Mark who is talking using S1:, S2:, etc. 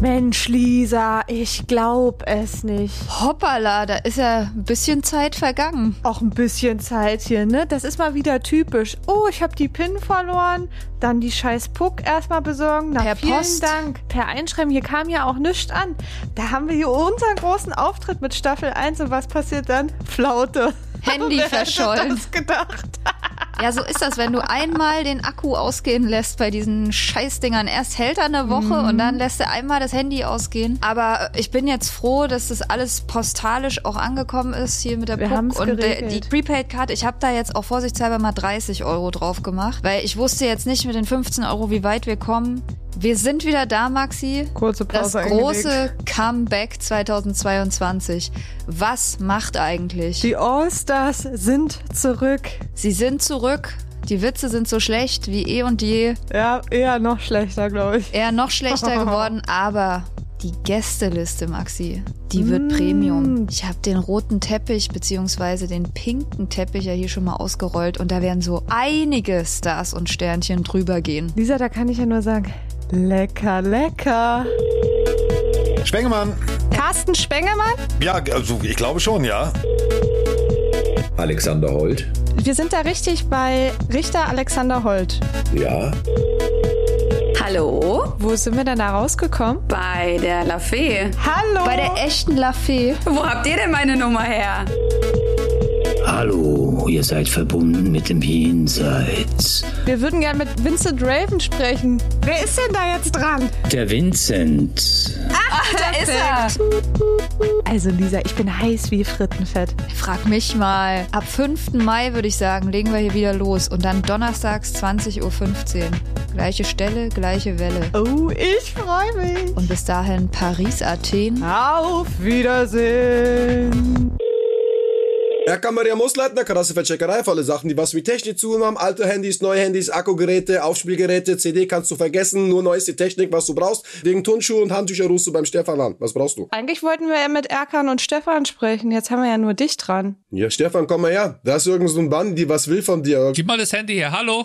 S1: Mensch, Lisa, ich glaub es nicht.
S2: Hoppala, da ist ja ein bisschen Zeit vergangen.
S1: Auch ein bisschen Zeit hier, ne? Das ist mal wieder typisch. Oh, ich habe die PIN verloren. Dann die scheiß Puck erstmal besorgen. Na,
S2: Per
S1: vielen
S2: Post.
S1: Dank. Per Einschreiben, hier kam ja auch nichts an. Da haben wir hier unseren großen Auftritt mit Staffel 1. Und was passiert dann? Flaute.
S2: Handy
S1: Wer Hätte
S2: verschollen.
S1: das gedacht.
S2: Ja, so ist das, wenn du einmal den Akku ausgehen lässt bei diesen Scheißdingern. Erst hält er eine Woche
S1: Mhm.
S2: und dann lässt er einmal das Handy ausgehen. Aber äh, ich bin jetzt froh, dass das alles postalisch auch angekommen ist hier mit der
S1: Wir haben's
S2: Puck und der, die
S1: geregelt.
S2: Prepaid-Karte. Ich habe da jetzt auch vorsichtshalber mal 30 Euro drauf gemacht, weil ich wusste jetzt nicht mit den 15 Euro, wie weit wir kommen. Wir sind wieder da, Maxi.
S1: Kurze
S2: Das
S1: Pause eingelegt.
S2: große Comeback 2022. Was macht eigentlich?
S1: Die All-Stars sind zurück.
S2: Sie sind zurück. Die Witze sind so schlecht wie eh und je.
S1: Ja, eher noch schlechter, glaube ich.
S2: Eher noch schlechter geworden, aber die Gästeliste, Maxi, die wird
S1: Mm.
S2: Premium. Ich habe den roten Teppich beziehungsweise den pinken Teppich ja hier schon mal ausgerollt und da werden so einige Stars und Sternchen drüber gehen.
S1: Lisa, da kann ich ja nur sagen, lecker, lecker.
S3: Spengemann.
S1: Carsten Spengemann?
S3: Ja, also ich glaube schon, ja.
S4: Alexander Holt.
S1: Wir sind da richtig bei Richter Alexander Holt.
S4: Ja.
S5: Hallo?
S1: Wo sind wir denn da rausgekommen?
S5: Bei der La Fee.
S1: Hallo!
S2: Bei der echten Lafayette.
S5: Wo habt ihr denn meine Nummer her?
S6: Hallo, ihr seid verbunden mit dem Jenseits.
S1: wir würden gerne mit Vincent Raven sprechen. Wer ist denn da jetzt dran?
S6: Der Vincent.
S5: Da ist er.
S1: Also Lisa, ich bin heiß wie Frittenfett.
S2: Frag mich mal. Ab 5. Mai würde ich sagen, legen wir hier wieder los und dann donnerstags 20.15 Uhr. Gleiche Stelle, gleiche Welle.
S1: Oh, ich freue mich.
S2: Und bis dahin Paris, Athen.
S1: Auf Wiedersehen.
S7: Er kann mir ja ausleiten, der krasse Vercheckerei für alle Sachen, die was mit Technik zu tun haben. Alte Handys, neue Handys, Akkugeräte, Aufspielgeräte, CD kannst du vergessen, nur neueste Technik, was du brauchst. Wegen Turnschuhe und Handtücher rufst du beim Stefan an. Was brauchst du?
S1: Eigentlich wollten wir ja mit Erkan und Stefan sprechen. Jetzt haben wir ja nur dich dran.
S7: Ja, Stefan, komm mal her. Da ist irgend so ein Bandi, was will von dir.
S8: Gib mal das Handy her. Hallo.